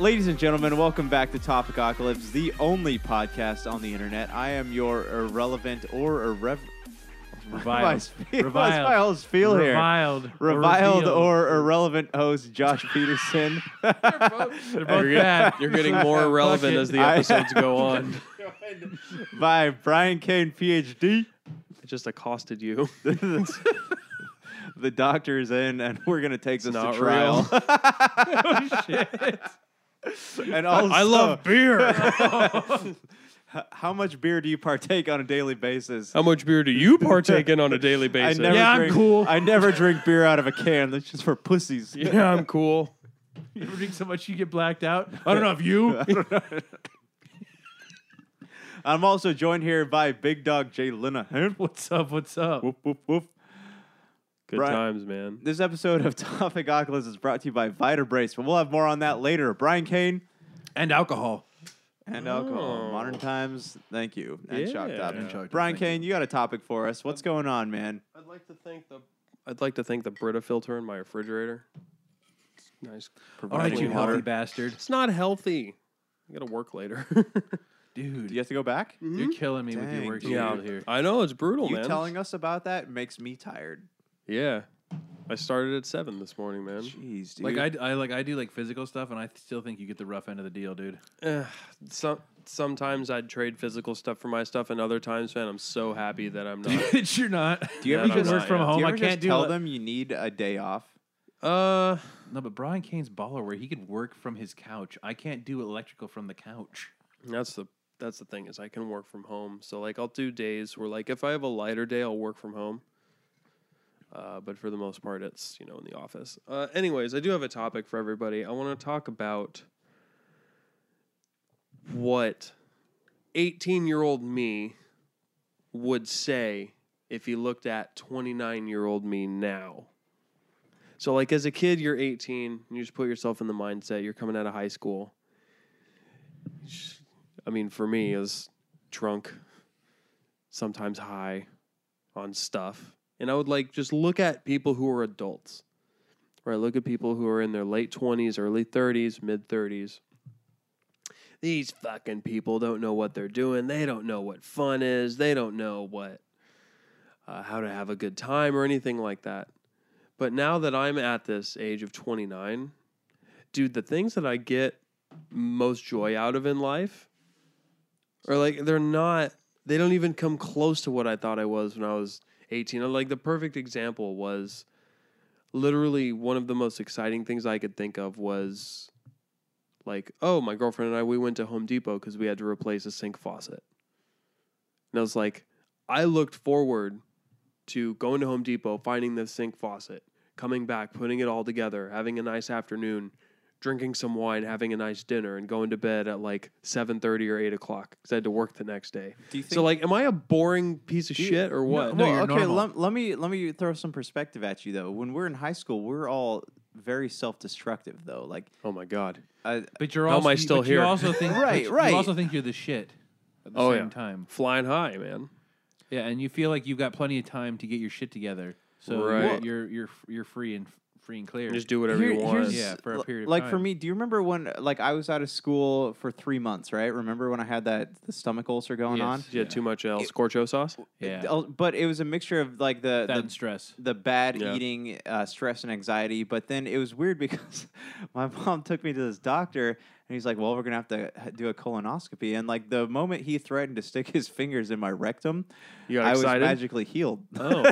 Ladies and gentlemen, welcome back to Topic Apocalypse, the only podcast on the internet. I am your irrelevant or irrev. My Reviled. sp- what's my Reviled. whole spiel here? Reviled. or Reviled revealed. or irrelevant host Josh Peterson. They're You're, both get- bad. you're getting more irrelevant as the I- episodes go on. by Brian Kane, PhD. I just accosted you. the doctor is in, and we're gonna take this not to trial. Shit. and also, I love beer. how much beer do you partake on a daily basis? How much beer do you partake in on a daily basis? Yeah, I'm drink, cool. I never drink beer out of a can. That's just for pussies. yeah, I'm cool. You ever drink so much you get blacked out? I don't know if you. I'm also joined here by Big Dog Jay Linehan. What's up? What's up? Woof, woof, woof. Good Brian- times, man. This episode of Topic Oculus is brought to you by Vitabrace, but we'll have more on that later. Brian Kane And alcohol. and Oh. alcohol. Modern times, thank you. And shocked Yeah. up. And Shocked Up, Brian thank Kane, you got a topic for us. What's going on, man? I'd like to thank the I'd like to thank the Brita filter in my refrigerator. It's nice. Oh, All right, providing you water. healthy bastard. It's not healthy. I gotta work later. Dude, Do you have to go back? you're killing me with Dang, your work dude. schedule here. I know it's brutal, You man. telling us about that makes me tired. Yeah, I started at seven this morning, man. Jeez, dude. Um, Like I, d- I like I do like physical stuff, and I still think you get the rough end of the deal, dude. Eh, some sometimes I'd trade physical stuff for my stuff, and other times, man, I'm so happy that I'm not. You're not. do you Yeah, ever I can don't just know, work from yeah. do home. you I ever can't just do tell li- them you need a day off? uh, No, but Brian Kane's baller where he could work from his couch. I can't do electrical from the couch. that's the that's the thing is I can work from home. So like I'll do days where like if I have a lighter day, I'll work from home. Uh, but for the most part, it's you know in the office. Uh, anyways, I do have a topic for everybody. I want to talk about what eighteen-year-old me would say if he looked at twenty-nine-year-old me now. So like as a kid, you're eighteen, and you just put yourself in the mindset you're coming out of high school. I mean, for me, is drunk, sometimes high on stuff. And I would like just look at people who are adults, right? Look at people who are in their late 20s, early 30s, mid 30s. These fucking people don't know what they're doing. They don't know what fun is. They don't know what, uh, how to have a good time or anything like that. But now that I'm at this age of 29, dude, the things that I get most joy out of in life or like they're not they don't even come close to what i thought i was when i was 18 And, like the perfect example was literally one of the most exciting things i could think of was like oh my girlfriend and i we went to home depot because we had to replace a sink faucet and i was like i looked forward to going to home depot finding the sink faucet coming back putting it all together having a nice afternoon drinking some wine, having a nice dinner, and going to bed at like seven thirty or eight o'clock because I had to work the next day. Do you think So like, am I a boring piece of shit or what? no, well, you're okay. normal. Let, let me let me throw some perspective at you though. When we're in high school, we're all very self-destructive though. Like, Oh my god, uh, But you're How also am I you- still but here? You also think Right, but right. You also think you're the shit at the Oh, same yeah. time. flying high, man. Yeah, and you feel like you've got plenty of time to get your shit together. So you're- Right. you're you're you're free and free and clear. Just do whatever here- you want. here's- Yeah, for a l- period of like for time. me, do you remember when like I was out of school for three months? Right? Remember when I had that the stomach ulcer going Yes. on? Yeah, too much El Scorcho sauce. yeah, Uh, But it was a mixture of like the that the and stress. the bad Yeah. eating, uh, stress, and anxiety. But then it was weird because my mom took me to this doctor, and he's like, "Well, we're gonna have to h- do a colonoscopy." And like the moment he threatened to stick his fingers in my rectum, You got I was excited? magically healed. Oh.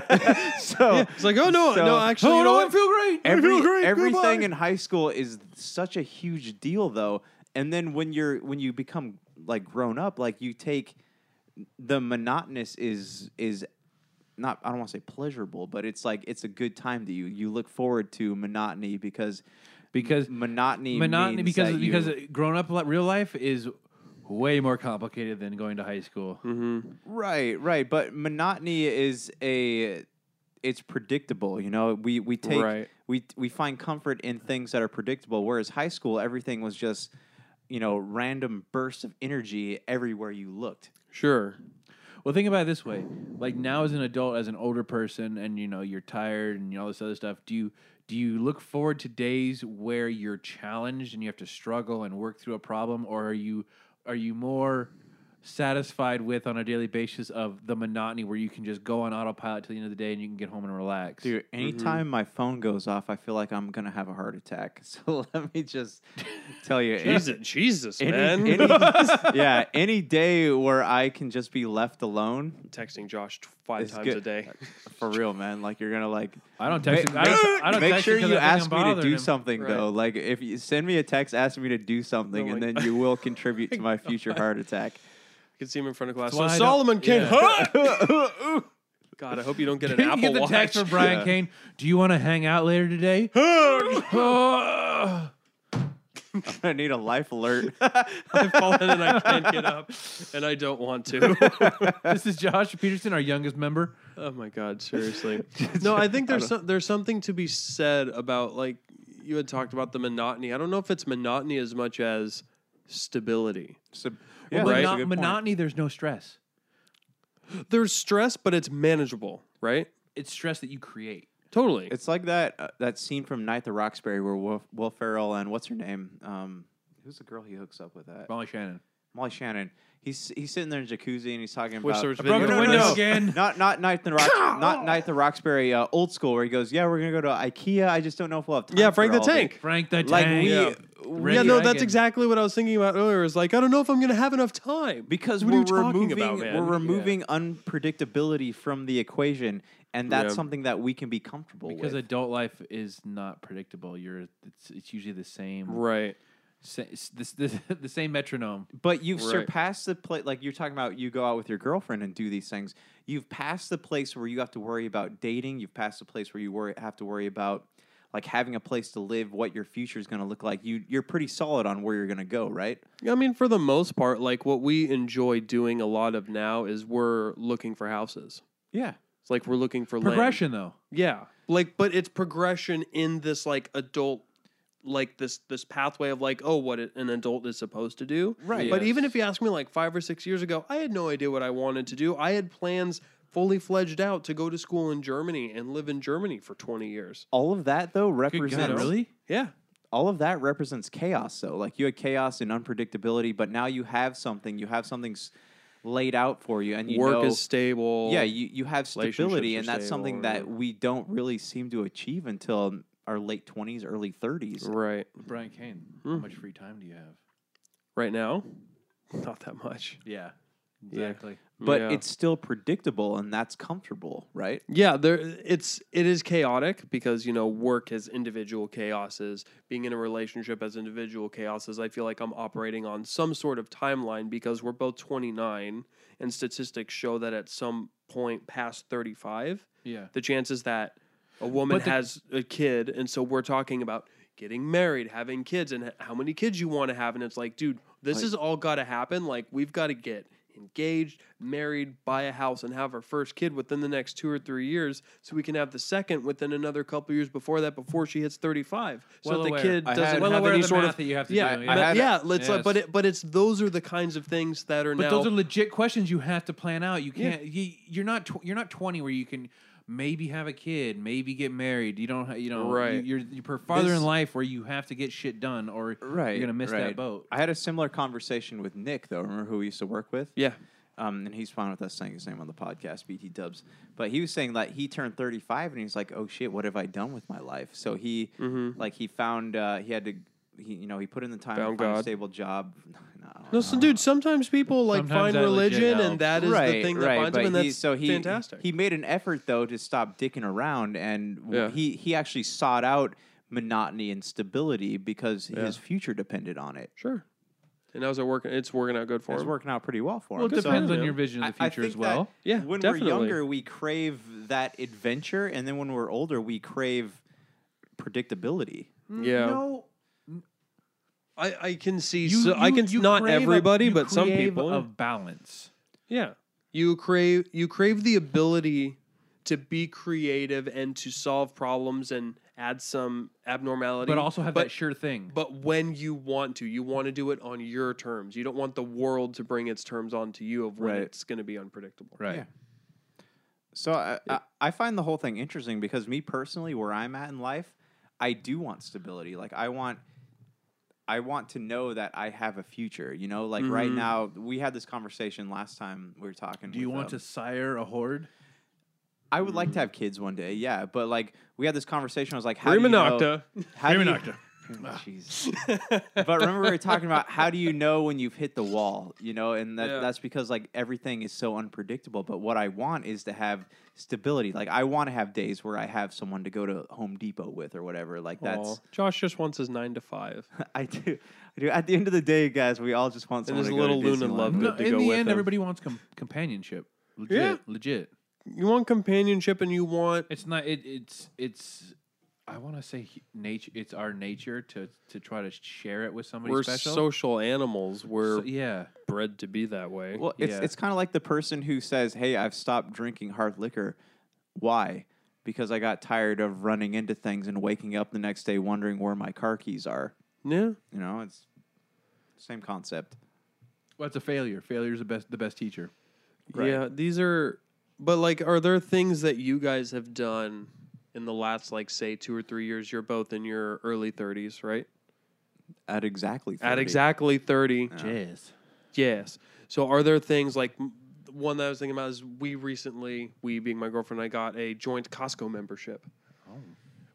so It's like, oh no, So- no, actually, you know what? feel great. every, great, everything goodbye. in high school is such a huge deal, though. And then when you're when you become like grown up, like you take the monotonous is is not I don't want to say pleasurable, but it's like it's a good time to you. You look forward to monotony because because monotony monotony means because that because you, uh, growing up li- real life is way more complicated than going to high school. Mm-hmm. right right. But monotony is a it's predictable. You know, we we take Right. we we find comfort in things that are predictable. Whereas high school, everything was just you know random bursts of energy everywhere you looked. Sure. Well, think about it this way: like now, as an adult, as an older person, and you know you're tired and all this other stuff. Do you Do you look forward to days where you're challenged and you have to struggle and work through a problem, or are you are you more satisfied with on a daily basis of the monotony where you can just go on autopilot till the end of the day and you can get home and relax? Dude, anytime my phone goes off, I feel like I'm gonna have a heart attack. So let me just tell you, any- Jesus, Jesus, any- man. any- yeah, any day where I can just be left alone, Texting Josh tw- five It's times good. a day. for real, man. Like you're gonna like I don't text. Ma- him- I don't, I don't make text sure him 'cause you I think ask I'm me to bothering do him. something Right. though. Like if you send me a text, ask me to do something, No, and like- then you will contribute to Oh my future heart attack. I can see him in front of That's glass. So why I don't- Solomon Kane. Yeah. huh? God, I hope you don't get an Didn't Apple you get the Watch. text from Brian Yeah. Kane. Do you want to hang out later today? Ah. I need a life alert. I fall in and I can't get up, and I don't want to. this is Josh Peterson, our youngest member. oh my god, seriously. No, I think there's some, there's something to be said about like you had talked about the monotony. I don't know if it's monotony as much as stability. So- yeah, Well, that's a mono- good point. monotony, there's no stress. There's stress, but it's manageable, right? It's stress that you create. Totally. It's like that uh, that scene from Night the Roxbury where Will, Will Ferrell and what's her name? Um, who's the girl he hooks up with? That Molly Shannon. Molly Shannon. He's he's sitting there in jacuzzi and he's talking Wish about there was I broke video. the No, no, window no. again. not not Night the Rox, not Night the Roxbury uh, old school where he goes, yeah, we're gonna go to IKEA. I just don't know if we'll have time. Yeah, for Frank it the all, but- Tank. Frank the Like Tank. we, Yeah. we- yeah, Red no, Dragon. that's exactly what I was thinking about earlier. Is like I don't know if I'm gonna have enough time. because What are we're you talking removing about, man? we're removing unpredictability from the equation, and that's Yeah. something that we can be comfortable because with. adult life is not predictable. You're it's, it's usually the same right. sa- s- this, this, the same metronome. But you've Right. surpassed the place, like you're talking about, you go out with your girlfriend and do these things. You've passed the place where you have to worry about dating. You've passed the place where you worry, have to worry about like having a place to live, what your future is going to look like. You, you're pretty solid on where you're going to go, right? I mean, for the most part, like what we enjoy doing a lot of now is we're looking for houses. Yeah, It's like we're looking for land. progression though. Yeah. Like, but it's progression in this like adult, like this this pathway of like, oh, what it- an adult is supposed to do. Right. But Yes. even if you ask me like five or six years ago, I had no idea what I wanted to do. I had plans fully fledged out to go to school in Germany and live in Germany for twenty years. All of that though Good represents God, really? Yeah. all of that represents chaos though like you had chaos and unpredictability but now you have something you have something s- laid out for you and you Work know, is stable. yeah you, you have relationships stability are and that's something stable, that yeah. we don't really seem to achieve until our late 20s early 30s Right. Brian Kane, how Hmm. much free time do you have? Right now, not that much. Yeah, Yeah. exactly. but Yeah. it's still predictable and that's comfortable right Yeah, there it's it is chaotic because you know work as individual chaoses, being in a relationship as individual chaoses. I feel like I'm operating on some sort of timeline because we're both 29 and statistics show that at some point past 35, Yeah. the chances that a woman But the- has a kid and so we're talking about getting married, having kids and h- how many kids you want to have and it's like, dude, this Like- has all got to happen. Like we've got to get engaged, married, buy a house, and have our first kid within the next two or three years, so we can have the second within another couple years before that, before she hits thirty-five, so Well that the aware. kid I doesn't had- well have aware any of the sort math of that you have to yeah, do. ma- had- yeah. Let's uh, Yes. but it, but it's those are the kinds of things that are But now those are legit questions you have to plan out. You Yeah. can't. You, you're not. Tw- you're not 20 where you can maybe have a kid, maybe get married. You don't. ha- You know. Right. You, are you're per- farther This- in life where you have to get shit done, or right you're gonna miss right. that boat. i had a similar conversation with nick though remember who we used to work with yeah. um, and he's fine with us saying his name on the podcast, BT Dubs. But he was saying that he turned 35 and he's like, "Oh shit, what have I done with my life?" So he, like, he found uh, he had to, he, you know, he put in the time to Mm-hmm. Found find a God. stable job. No, no, No, so dude, sometimes people like Sometimes find I legit religion, know. and that is right, the thing that right. finds but them, and that's he, so he, fantastic. He made an effort though to stop dicking around, and w- Yeah. he he actually sought out monotony and stability because his future depended on it. sure. And how's it working? It's working out good for It's him. working out pretty well for Well, him. it So- depends on yeah. your vision of the I- I future as think that well. Yeah, when definitely. we're younger, we crave that adventure, and then when we're older, we crave predictability. Yeah. No, I, I can see. you, so I you- can you not crave a- everybody, you but some crave people. a balance. yeah, you crave you crave the ability to be creative and to solve problems and add some abnormality, but also have but, that sure thing. But when you want to, you want to do it on your terms. You don't want the world to bring its terms onto you of when Right. it's going to be unpredictable. right. Yeah. So I, I, I find the whole thing interesting because me personally, where I'm at in life, I do want stability. Like I want I want to know that I have a future. You know, like right Mhm. now we had this conversation last time we were talking. Do you with, want um, to sire a horde? I would like to have kids one day. Yeah, but like we had this conversation. I was like, how Grim do you know? Nocta. How do you, Hmm, Maybe not, Doctor. Ah. Jeez. but remember we were talking about how do you know when you've hit the wall you know and that, Yeah. that's because like everything is so unpredictable but what i want is to have stability like i want to have days where i have someone to go to home depot with or whatever like that's Josh just wants his nine to five. i do i do at the end of the day guys we all just want And someone there's to a go little to Luna Disneyland. love No, good to in go the with end, them. everybody wants com- companionship. Legit, Yeah. legit. You want companionship and you want It's not. It, it's it's. I want to say nature. It's our nature to to try to share it with somebody we're special. social animals. We're So- yeah. bred to be that way. well it's, Yeah. it's kind of like the person who says hey i've stopped drinking hard liquor why because i got tired of running into things and waking up the next day wondering where my car keys are yeah. you know it's same concept Well, it's a failure. Failure is the best the best teacher. Right. Yeah, these are but like are there things that you guys have done in the last like say 2 or 3 years you're both in your early 30s, right? At exactly 30. At exactly 30. Jazz. Yes. So are there things like m- one that I was thinking about is we recently, we being my girlfriend, and I got a joint Costco membership. Oh.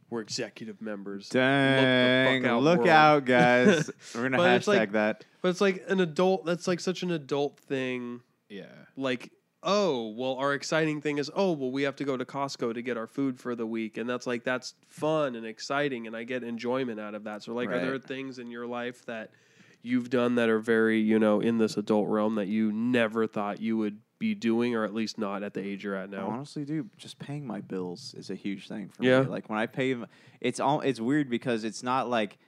We're executive members. Dang! Look, out, world. out, guys! We're gonna But it's hashtag like- that. But it's like an adult, that's like such an adult thing. Yeah. Like, oh, well, our exciting thing is, oh, well, we have to go to Costco to get our food for the week. And that's like, that's fun and exciting. And I get enjoyment out of that. So, like, are Right. there things in your life that you've done that are very, you know, in this adult realm that you never thought you would be doing, or at least not at the age you're at I now? honestly do. Just paying my bills is a huge thing for Yeah. me. Like when I pay, m- it's all. It's weird because it's not like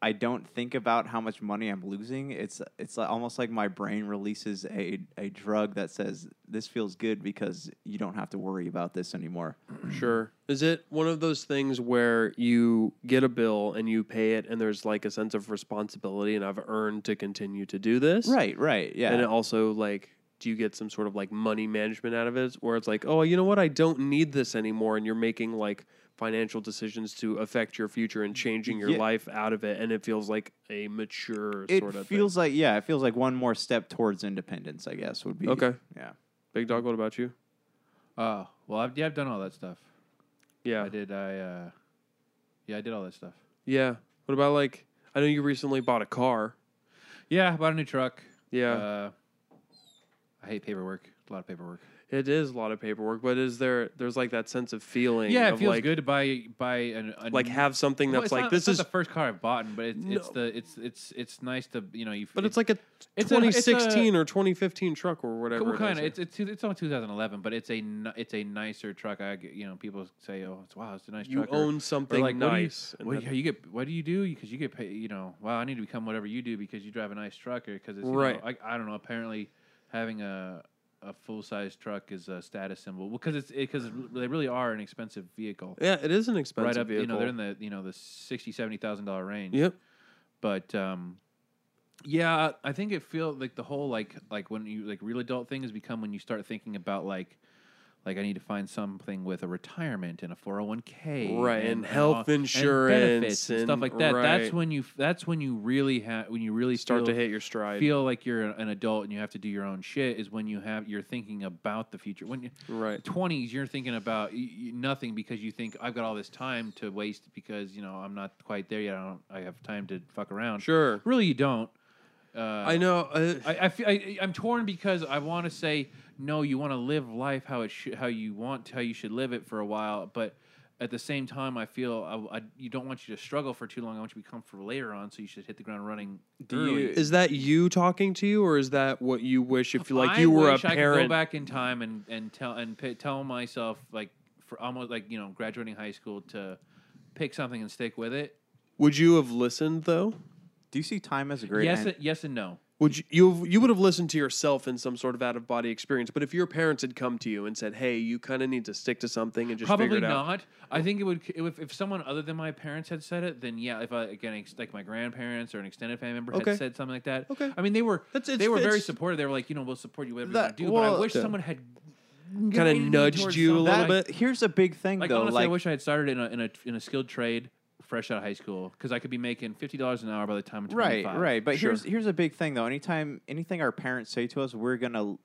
I don't think about how much money I'm losing. It's it's like, almost like my brain releases a a drug that says this feels good because you don't have to worry about this anymore. Sure. Is it one of those things where you get a bill and you pay it, and there's like a sense of responsibility, and I've earned to continue to do this? Right. Right. Yeah. And it also like, do you get some sort of like money management out of it, where it's like, oh, you know what, I don't need this anymore, and you're making like financial decisions to affect your future and changing your Yeah. life out of it, and it feels like a mature it sort of thing. feels like yeah. It feels like one more step towards independence. I guess would be Okay. Yeah. Big dog. What about you? Uh, well, I've, yeah, I've done all that stuff. Yeah. I did. I uh, yeah, I did all that stuff. Yeah. What about like? I know you recently bought a car. Yeah, I bought a new truck. Yeah. Uh, I hate paperwork. A lot of paperwork. It is a lot of paperwork, but is there there's like that sense of feeling? Yeah, it of feels like, good to buy buy an, a Like new- have something Well, that's it's like not- it's this not is, the first car I've bought, but it's, it's No. the it's it's it's nice to you know you. but it's like a it's a- it's a- 2016 or 2015 truck or whatever. Well, it kind of. It's is. it's it's only 2011, but it's a ni- it's a nicer truck. I get- you know people say, oh, it's wow, it's a nice you truck. or- own or something like, what do you- nice. and What, that- yeah, you get what do you do? Because you get paid. You know, wow, I need to become whatever you do because you drive a nice truck or because it's you know, Right. like, I, don't know. Apparently, having a a full size truck is a status symbol because it's because they really are an expensive vehicle. yeah, it is an expensive right up, vehicle. you know, they're in the you know the sixty seventy thousand dollar range. yep. But um, yeah, I think it feel like the whole like like when you like real adult thing has become when you start thinking about like. Like I need to find something with a retirement and a four hundred one k, Right, and health insurance benefits and, stuff and- like that. That's right. when you that's when you really have when you really You feel, start to hit your stride. feel like you're an adult and you have to do your own shit. Is when you have you're thinking about the future. When you, right. 20s you're thinking about y- y- nothing because you think i've got all this time to waste because you know i'm not quite there yet i don't i have time to fuck around Sure. really you don't uh, I know. Uh, I, I feel, I, I'm torn because I want to say no. You want to live life how it should, how you want, how you should live it for a while. But at the same time, I feel I, I, you don't want you to struggle for too long. I want you to be comfortable later on, so you should hit the ground running. Do early. you- is that you talking to you, or is that what you wish if you like I you were a wish I could go parent? back in time and and tell and p- tell myself like for almost like you know graduating high school to pick something and stick with it. Would you have listened though? Do you see time as a great? yes, an- and, yes, and no. Would you, you you would have listened to yourself in some sort of out of body experience? But if your parents had come to you and said, "Hey, you kind of need to stick to something and just figure Probably it out," not. I think it would if, if someone other than my parents had said it, then yeah. If I again ex- like my grandparents or an extended family member Okay. had said something like that, Okay. I mean they were That's- it's- they were very it's- supportive. They were like you know we'll support you whatever That- you want to do. but I well, wish Yeah. someone had Kinda guided me nudged towards you a something little like bit. Here's a big thing Like though. honestly, like I wish I had started in a in a in a skilled trade fresh out of high school because I could be making fifty dollars an hour by the time I'm Right, 25. right. But Sure. here's here's a big thing though. Anytime anything our parents say to us, we're gonna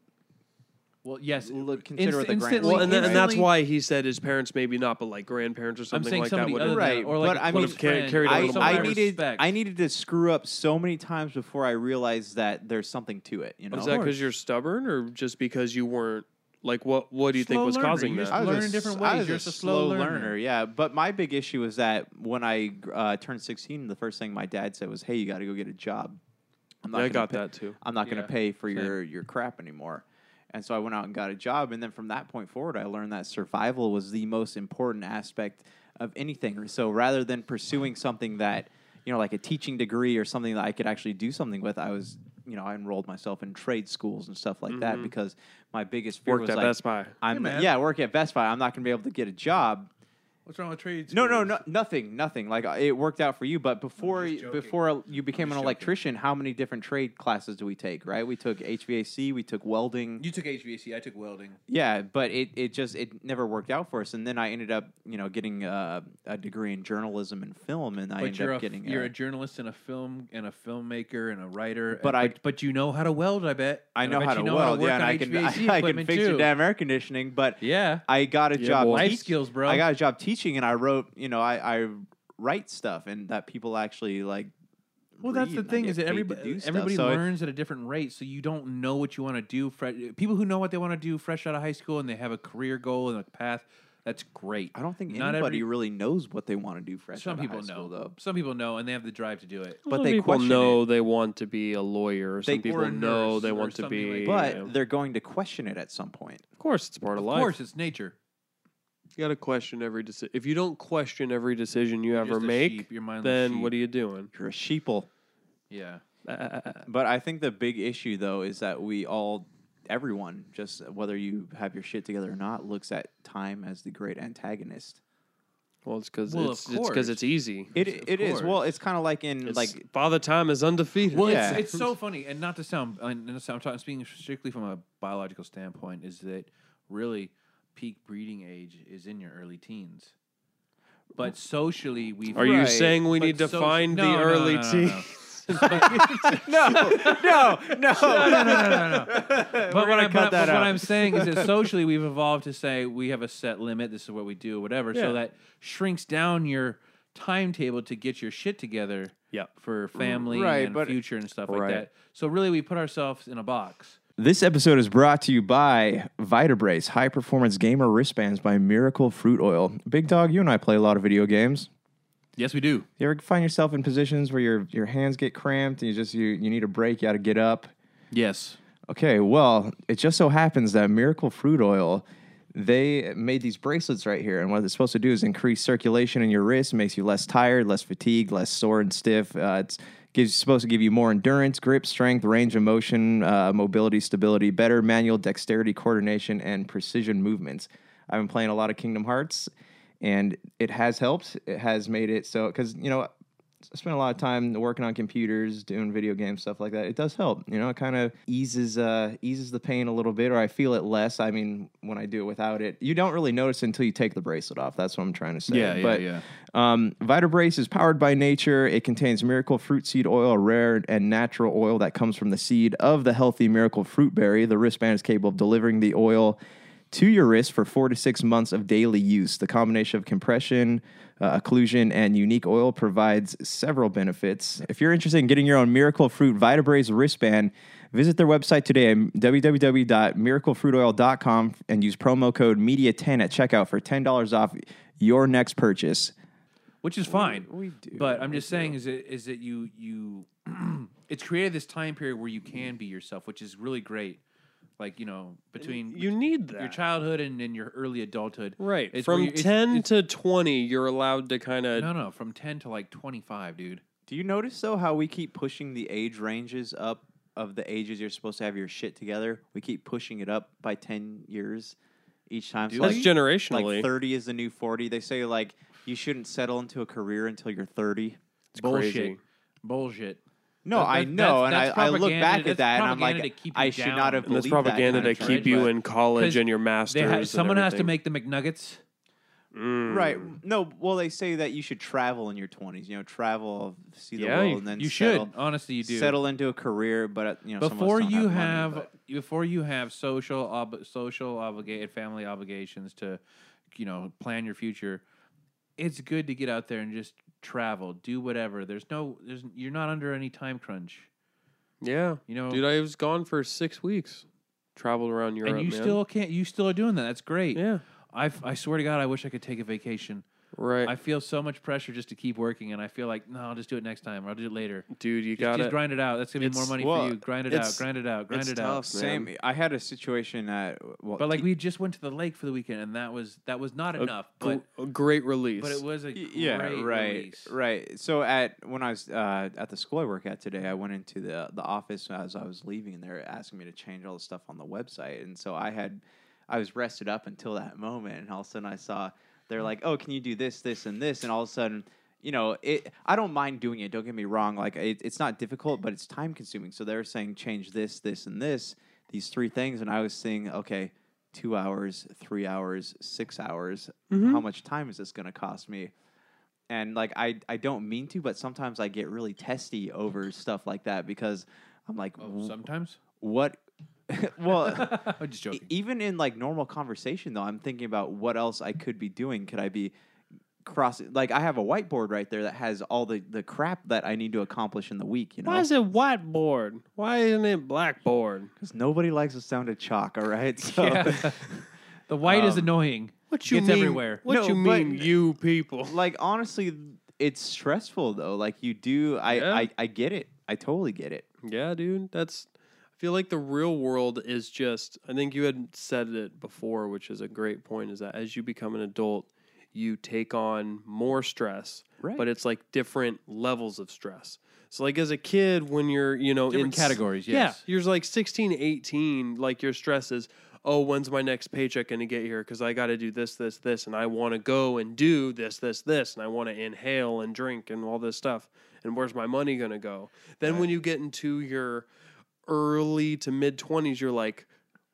Well, yes, look consider with a grand. instantly- Well, light, and, then, and that's instantly- why he said his parents maybe not, but like grandparents or I'm something saying like that somebody would other have. than Right, that, or like but I mean- one of friend, Carried or a I, little someone I more. needed respect. I needed to screw up so many times before I realized that there's something to it. You know, Is that because you're stubborn or just was you weren't like what? What do you think Slow was learner. causing You're that? just- was learn a in different s- I ways. was You're just a slow learner. Yeah, but my big issue was that when I uh, turned 16, the first thing my dad said was, "Hey, you got to go get a job." I'm I gonna got pay- that too. I'm not going Yeah, to pay for same. your your crap anymore. And so I went out and got a job, and then from that point forward, I learned that survival was the most important aspect of anything. So rather than pursuing something that you know, like a teaching degree or something that I could actually do something with, I was, you know, I enrolled myself in trade schools and stuff like that because my biggest fear Mm-hmm. was Worked at like, Best Buy. I'm man. yeah, work at Best Buy. I'm not going to be able to get a job. What's wrong with trades? No, no, no, nothing, nothing. Like uh, it worked out for you, but before just you- joking. before you became an just joking. electrician, how many different trade classes do we take? Right, we took HVAC, we took welding. You took HVAC. I took welding. yeah, but it, it just it never worked out for us. And then I ended up you know getting uh, a degree in journalism and film, and I But ended you're up a, getting you're a- a journalist and a film and a filmmaker and a writer. But and- I- but, you know how to weld. I bet. I And know bet how you to weld, work yeah, and on I can HVAC I, I can equipment fix too. your damn air conditioning, but Yeah, I got a Yeah, job. boy. life teach- skills, bro. I got a job teaching, and I wrote. You know, I, I write stuff, and that people actually like. Well, that's read, the and I thing get is that paid to everybody do stuff. everybody So it- learns at a different rate, so you don't know what you want to do. fre- People who know what they want to do fresh out of high school and they have a career goal and a path, that's great. I don't think Not anybody every- really knows what they want to do fresh Some out of high people know, school, though. Some people know, and they have the drive to do it. But Some they people question know they want to be a lawyer. Or They- some or people a know nurse they or want to something be. like But yeah. they're going to question it at some point. of course, it's part of, Of life. course, it's nature. You got to question every decision. If you don't question every decision you ever just a make, sheep. You're mindless then sheep. what are you doing? You're a sheeple. Yeah, Uh, But I think the big issue, though, is that we all, everyone, just whether you have your shit together or not, looks at time as the great antagonist. Well, it's because Well, of it's it's because course. it's easy. It Of it is. Well, course. it's kind of like in It's, like Father Time is undefeated. Well, Yeah. it's, it's so funny, and not to sound, and I'm talking, speaking strictly from a biological standpoint, is that really peak breeding age is in your early teens. But socially, we are you Right. saying we But need to so- find no, the no, early no, no, teens? no. no no no no, no, no, no, no. But, We're what, gonna I, cut that but, but what out. I'm saying is that socially we've evolved to say we have a set limit. This is what we do, whatever. Yeah. So that shrinks down your timetable to get your shit together Yep. for family right, and but- future and stuff Right. like that. So really, we put ourselves in a box. This episode is brought to you by Vitabrace, high performance gamer wristbands by Miracle Fruit Oil. Big Dog, you and I play a lot of video games. Yes, we do. You ever find yourself in positions where your your hands get cramped and you just you you need a break, you got to get up. Yes. Okay, well, it just so happens that Miracle Fruit Oil they made these bracelets right here, and what it's supposed to do is increase circulation in your wrist, makes you less tired, less fatigued, less sore and stiff. Uh, it's gives supposed to give you more endurance, grip, strength, range of motion, uh, mobility, stability, better manual dexterity, coordination, and precision movements. I've been playing a lot of Kingdom Hearts, and it has helped. It has made it so because you know I spend a lot of time working on computers, doing video games, stuff like that. It does help, you know. It kind of eases uh, eases the pain a little bit, or I feel it less. I mean, when I do it without it, you don't really notice until you take the bracelet off. That's what I'm trying to say. Yeah, yeah, but, yeah. Um, Vitabrace is powered by nature. It contains miracle fruit seed oil, a rare and natural oil that comes from the seed of the healthy miracle fruit berry. The wristband is capable of delivering the oil to your wrist for four to six months of daily use. The combination of compression, uh, occlusion, and unique oil provides several benefits. If you're interested in getting your own Miracle Fruit Vitabraze wristband, visit their website today at www.miraclefruitoil.com and use promo code MEDIA10 at checkout for $10 off your next purchase. which is fine. we do, but I'm just saying is that is that you you it's created this time period where you can be yourself, which is really great. Like you know between You need that. your childhood and then your early adulthood, Right. It's where From you- it's- 10 it's- to 20, you're allowed to kind of. no, no, from ten to like twenty five, dude. Do you notice, though, how we keep pushing the age ranges up of the ages you're supposed to have your shit together? We keep pushing it up by 10 years each time. Do like, we? that's generationally. like 30 is the new 40 they say like you shouldn't settle into a career until you're 30 It's Bullshit, crazy. bullshit. no That- i that- know that's- that's and I, I look propaganda- back at that's that and i'm propaganda like to keep you i should not down. have and that's believed that propaganda kind to of kinda keep shit, trade, you but- in college 'Cause and your They master's. ha- and someone has to everything. make the McNuggets. Mm. Right. No, well, they say that you should travel in your 20s, you know, travel, see the Yeah, world, you- and then you settle, should honestly you do settle into a career. But, uh, you know, some of us before don't you have. have, money, before you have social ob- social obligated family obligations to you know plan your future it's good to get out there and just travel do whatever there's no there's you're not under any time crunch Yeah. you know Dude, I was gone for six weeks. Traveled around Europe. and you man. still can't you still are doing that that's great Yeah. I, I swear to god i wish i could take a vacation Right. i feel so much pressure just to keep working and i feel like no i'll just do it next time or i'll do it later Dude, you just, just got it. grind it out that's gonna be It's- more money well, for you grind it out it's- grind it out grind it's it out tough, but- Same. I had a situation at. Well, But like te- we just went to the lake for the weekend, and that was that was not A enough. gr- But a great release. but it was a Y- yeah great right release. right so at when i was uh, at the school i work at today i went into the the office as i was leaving and they were asking me to change all the stuff on the website and so i had i was rested up until that moment and all of a sudden i saw they're like oh can you do this this and this and all of a sudden you know it i don't mind doing it don't get me wrong like it, it's not difficult but it's time consuming so they're saying change this this and this these three things and i was seeing okay two hours three hours six hours Mm-hmm. how much time is this going to cost me and like I I don't mean to, but sometimes I get really testy over stuff like that because I'm like, Oh, "Wh- sometimes what? well, I'm just e- joking. even in like normal conversation though, I'm thinking about what else I could be doing. Could I be crossing? Like I have a whiteboard right there that has all the the crap that I need to accomplish in the week. You know, Why is it whiteboard? Why isn't it blackboard? because nobody likes the sound of chalk. All right, so. Yeah. the white is Um, annoying. What you It's mean? everywhere. What No, you but- mean, you people? like honestly it's stressful though like you do I, Yeah. I i get it i totally get it Yeah, dude. That's. I feel like the real world is just. I think you had said it before, which is a great point. Is that as you become an adult, you take on more stress, Right. but it's like different levels of stress. So, like as a kid, when you're you know Different in s- categories, yes. Yeah, you're like 16, 18. Like your stress is, oh, when's my next paycheck going to get here? Because I got to do this, this, this, and I want to go and do this, this, this, and I want to inhale and drink and all this stuff. And where's my money going to go? Then when you get into your early to mid 20s, you're like,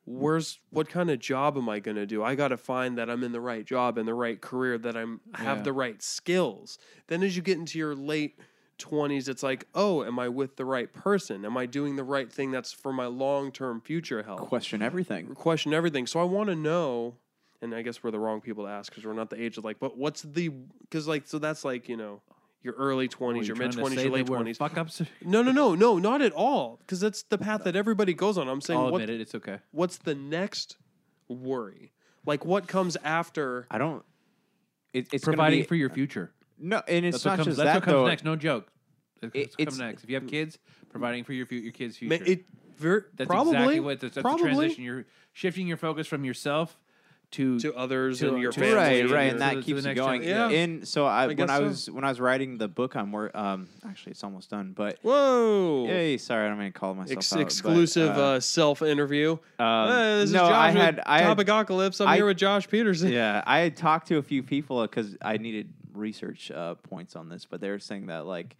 where's what kind of job am I going to do? I got to find that I'm in the right job and the right career that I'm have Yeah. the right skills. Then as you get into your late 20s, it's like, "Oh, am I with the right person? Am I doing the right thing that's for my long-term future health?" question everything Question everything. So I want to know and I guess we're the wrong people to ask because we're not the age of like, but what's the because like so that's like you know your early Were twenties, you your trying mid to twenties, say your they late were twenties. Fuck ups. No, no, no, no, not at all. Because that's the path that everybody goes on. I'm saying, I'll what, admit it. It's okay. what's the next worry? Like, what comes after? i don't it, it's gonna Providing be, for your future. no and it's That's what not comes. just that's that what comes though next. No joke. That's It- what's come it's- next. If you have kids, providing for your fu- your kids' Ma- future. It ver- that's probably exactly what. That's, that's probably the transition. You're shifting your focus from yourself to to others to- and your to- family, right and right your- and to that the- to the keeps you next going generation. Yeah. and so i, when guess i so. was when i was writing the book i'm wor- um actually it's almost done but Whoa! hey sorry i don't mean to call myself Ex- out, but, exclusive uh, self interview. um, hey, this no is Josh i with had i Top had Apocalypse. I'm I- here with Josh Peterson. yeah, I had talked to a few people because I needed research uh, points on this, but they were saying that like,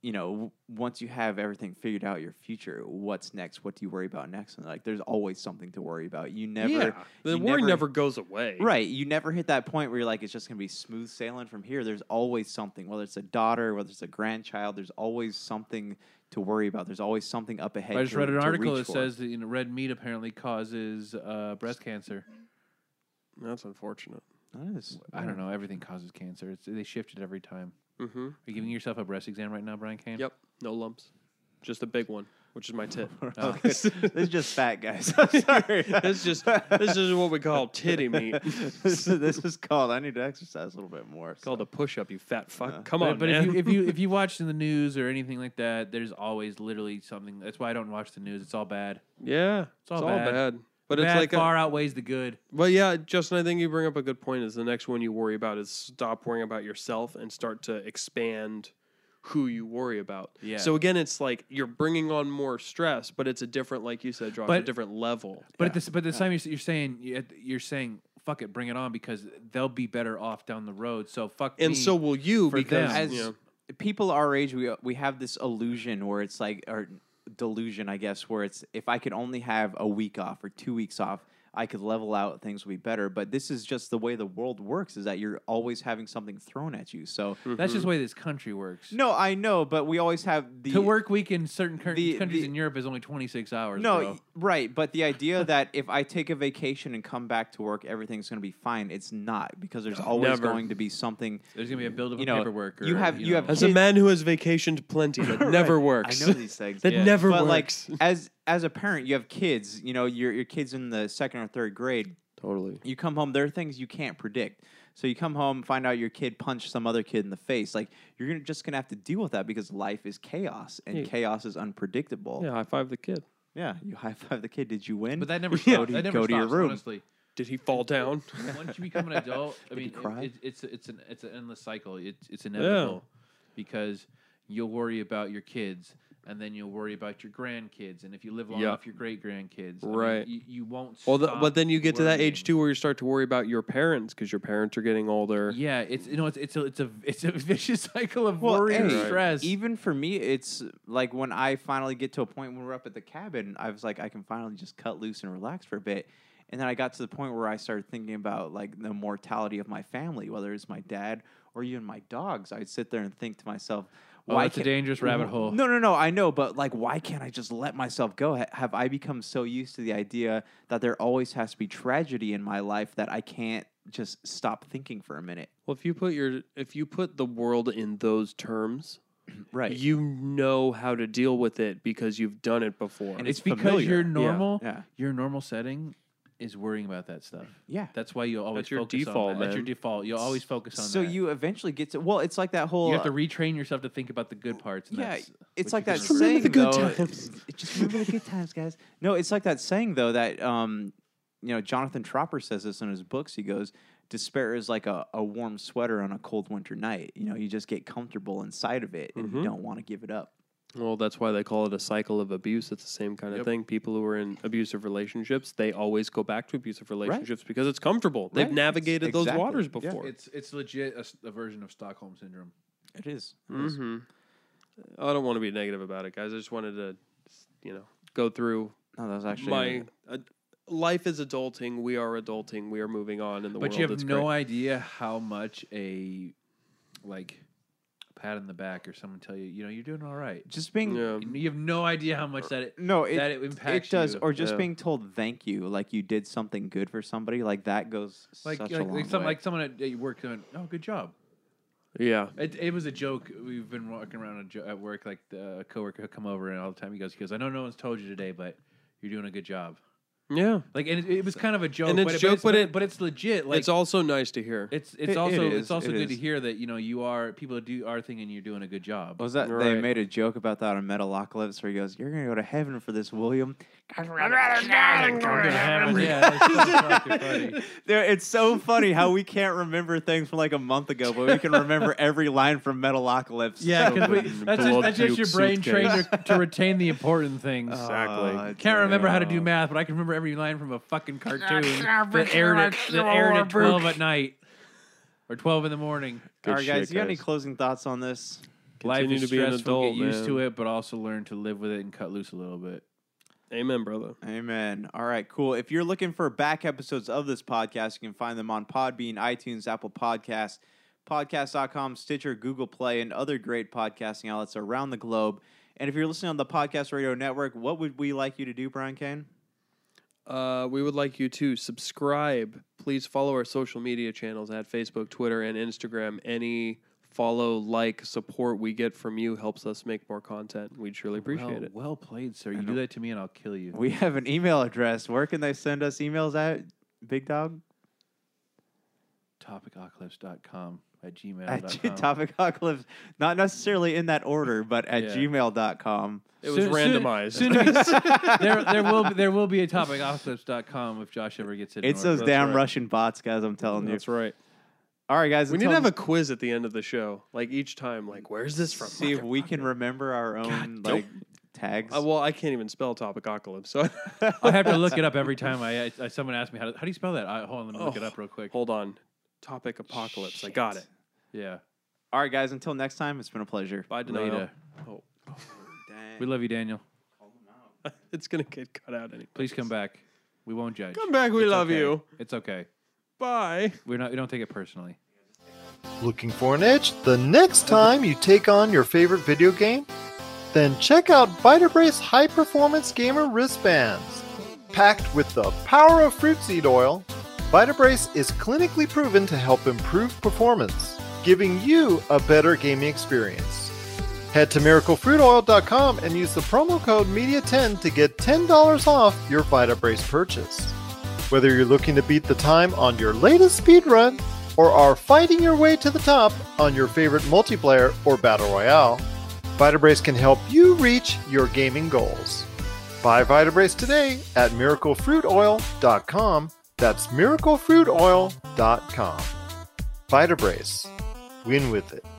you know, w- once you have everything figured out, your future, what's next? What do you worry about next? And like, there's always something to worry about. You never, Yeah. The you worry never, goes away. Right. You never hit that point where you're like, it's just going to be smooth sailing from here. There's always something, whether it's a daughter, whether it's a grandchild, there's always something to worry about. There's always something up ahead. I just to- read an to article reach that for. says that you know, red meat apparently causes uh, breast cancer. That's unfortunate. That is- I don't know. Everything causes cancer. It's, they shift it every time. Mm-hmm. Are you giving Mm. yourself a breast exam right now, Brian Kane? Yep. No lumps. Just a big one, which is my tit. Oh. this is just fat guys. I'm sorry. this just this is what we call titty meat. this, this is called. I need to exercise a little bit more. Called a push up, you fat fuck. Yeah. Come But- on, but if man. you if you if you watch in the news or anything like that, there's always literally something. That's why I don't watch the news. It's all bad. yeah, it's, all all bad. bad. But bad it's like, far a, outweighs the good. but yeah, Justin, I think you bring up a good point. Is the next one you worry about is stop worrying about yourself and start to expand who you worry about. Yeah. So again, it's like you're bringing on more stress, but it's a different, like you said, Josh, a But- different level. But at this but at the time you're, s- you're saying you- at- you're saying fuck it, bring it on because they'll be better off down the road. So fuck And me. so will you for because them. as you know, people our age, we we have this illusion where it's like or delusion, I guess, where it's if I could only have a week off or two weeks off, I could level out, things would be better. But this is just the way the world works: is that you're always having something thrown at you. So mm-hmm. That's just the way this country works. no, I know, but we always have the to work week in certain cur- the- countries the- in Europe is only 26 hours. No, bro. y- right, but the idea that if I take a vacation and come back to work, everything's going to be fine. It's not because there's always Never. going to be something. there's gonna be a buildup you of know, paperwork. Or, you have- you know, have- As a Kid- man who has vacationed plenty, that never Right. works. I know these things. that Yeah. never but works. like as as a parent, you have kids. You know, your your kids in the second or third grade. totally. You come home, there are things you can't predict. So you come home, find out your kid punched some other kid in the face. Like you're gonna, just gonna have to deal with that because life is chaos and Yeah. chaos is unpredictable. Yeah, high five the kid. Yeah, you high five the kid. Did you win? but that never stops. Yeah. Go to- that never go to your stops, room. Honestly, Did he fall down? once you become an adult, I Did he mean, cry? it, it, it's it's an it's an endless cycle. It, it's inevitable because you'll worry about your kids, and then you'll worry about your grandkids, and if you live long Yeah. enough, your great grandkids. I mean, Right. you, you won't. well, the, stop but then you get to that age worrying. too where you start to worry about your parents because your parents are getting older. Yeah, it's you know it's it's a it's a it's a vicious cycle of Well, worry and hey, stress. Even for me, it's like when I finally get to a point when we're up at the cabin, I was like, I can finally just cut loose and relax for a bit. And then I got to the point where I started thinking about like the mortality of my family, whether it's my dad or even my dogs. I'd sit there and think to myself, oh, why it's a can't- Mm-hmm. dangerous rabbit hole. No, no, no. I know, but like, why can't I just let myself go? Ha- Have I become so used to the idea that there always has to be tragedy in my life that I can't just stop thinking for a minute? Well, if you put your if you put the world in those terms, Right. you know how to deal with it because you've done it before. And it's, it's because familiar. your normal yeah. your normal setting is worrying about that stuff. Yeah. That's why you always your focus default, on that. That's your man. default. You'll always focus on so that. you eventually get to well it's like that whole you have to retrain yourself to think about the good parts. And yeah that's it's what like that you can Just remember saying the good though times. it- just remember the good times guys no it's like that saying though that um you know jonathan tropper says this in his books he goes despair is like a, a warm sweater on a cold winter night you know you just get comfortable inside of it and you Mhm. don't want to give it up Well, that's why they call it a cycle of abuse. It's the same kind Yep. of thing. People who are in abusive relationships, they always go back to abusive relationships because it's comfortable. They've Right. It's- navigated those exactly. waters Yeah. before. It's it's legit a, s- a version of Stockholm syndrome. it is Mm-hmm. hmm I don't want to be negative about it, guys. I just wanted to, you know, go through no that was actually my uh, life is adulting. We are adulting. We are moving on in the But world. you have It's no great. idea how much a like pat in the back or someone tell you, you know, you're doing all right. just being Yeah. You have no idea how much that it, no it, that it impacts it does you. or just Yeah. being told thank you like you did something good for somebody like that goes like such like, a long like, some, way. like someone at, at your work going, oh, good job. Yeah. It, it was a joke. We've been walking around a jo- at work, like the, a coworker would come over, and all the time he goes, he goes, I know no one's told you today, but you're doing a good job. Yeah. Like, and it, it was kind of a joke, And it's but, it- joke, but, but it's, it- but it's legit. Like, it's also nice to hear. it's It- it's it also is, it's also it good to is. hear that you know you are people do are thinking you're doing a good job. What was that they Right. made a joke about that on Metalocalypse where he goes, "You're gonna go to heaven for this, William." yeah, that's fucking funny. There- it's so funny how we can't remember things from like a month ago, but we can remember every line from Metalocalypse. Yeah, So 'cause we, good. that's just, Blood that's just puke your brain suitcase. trained to, to retain the important things. Exactly. Can't remember how to do damn. math, but I can remember every line from a fucking cartoon that aired at, that aired at 12 at night or 12 in the morning. Good All right, shit, guys, you got any guys. closing thoughts on this? Life Continue is to be an stressful. adult, get used to man. it, but also learn to live with it and cut loose a little bit. Amen, brother. Amen. All right, cool. If you're looking for back episodes of this podcast, you can find them on Podbean, iTunes, Apple Podcasts, podcast.com, Stitcher, Google Play, and other great podcasting outlets around the globe. And if you're listening on the Podcast Radio Network, what would we like you to do, Brian Kane? Uh, we would like you to subscribe. Please follow our social media channels at Facebook, Twitter, and Instagram. Any follow, like, support we get from you helps us make more content. We'd surely appreciate well, it. Well played, sir. You do that to me, and I'll kill you. We have an email address. Where can they send us emails at? Big Dog? Topicocalypse.com at At gmail.com. topicocalypse. Not necessarily in that order, but at Yeah. gmail.com. It was Soon- soon- randomized. soon as- there, there will be there will be a topicocalypse.com if Josh ever gets it. in It's order. those damn right. Russian bots, guys, I'm telling you. That's right. All right, guys. We need to until have a quiz at the end of the show, like each time. Like, where's this from? see if we can remember our own like tags. Uh, well, I can't even spell topicocalypse, so I have to look it up every time I, I, I- someone asks me how, do- how do you spell that. I, hold on, let me look it up real quick. hold on. Topic apocalypse. I got it. Yeah, All right, guys. Until next time, it's been a pleasure. Bye, Denial. Later. Oh, we love you, Daniel. it's gonna get cut out anyway. Please come back. We won't judge. Come back, we It's love okay. you. It's okay. Bye. We're not. We don't take it personally. Looking for an itch the next time you take on your favorite video game? Then check out Vitabrace High Performance Gamer Wristbands. Packed with the power of fruit seed oil, Vitabrace is clinically proven to help improve performance, giving you a better gaming experience. Head to miraclefruitoil.com and use the promo code MEDIA10 to get $10 off your Vitabrace purchase. Whether you're looking to beat the time on your latest speedrun or are fighting your way to the top on your favorite multiplayer or battle royale, Vitabrace can help you reach your gaming goals. Buy Vitabrace today at miraclefruitoil.com. That's miraclefruitoil.com. Vitabrace. Win with it.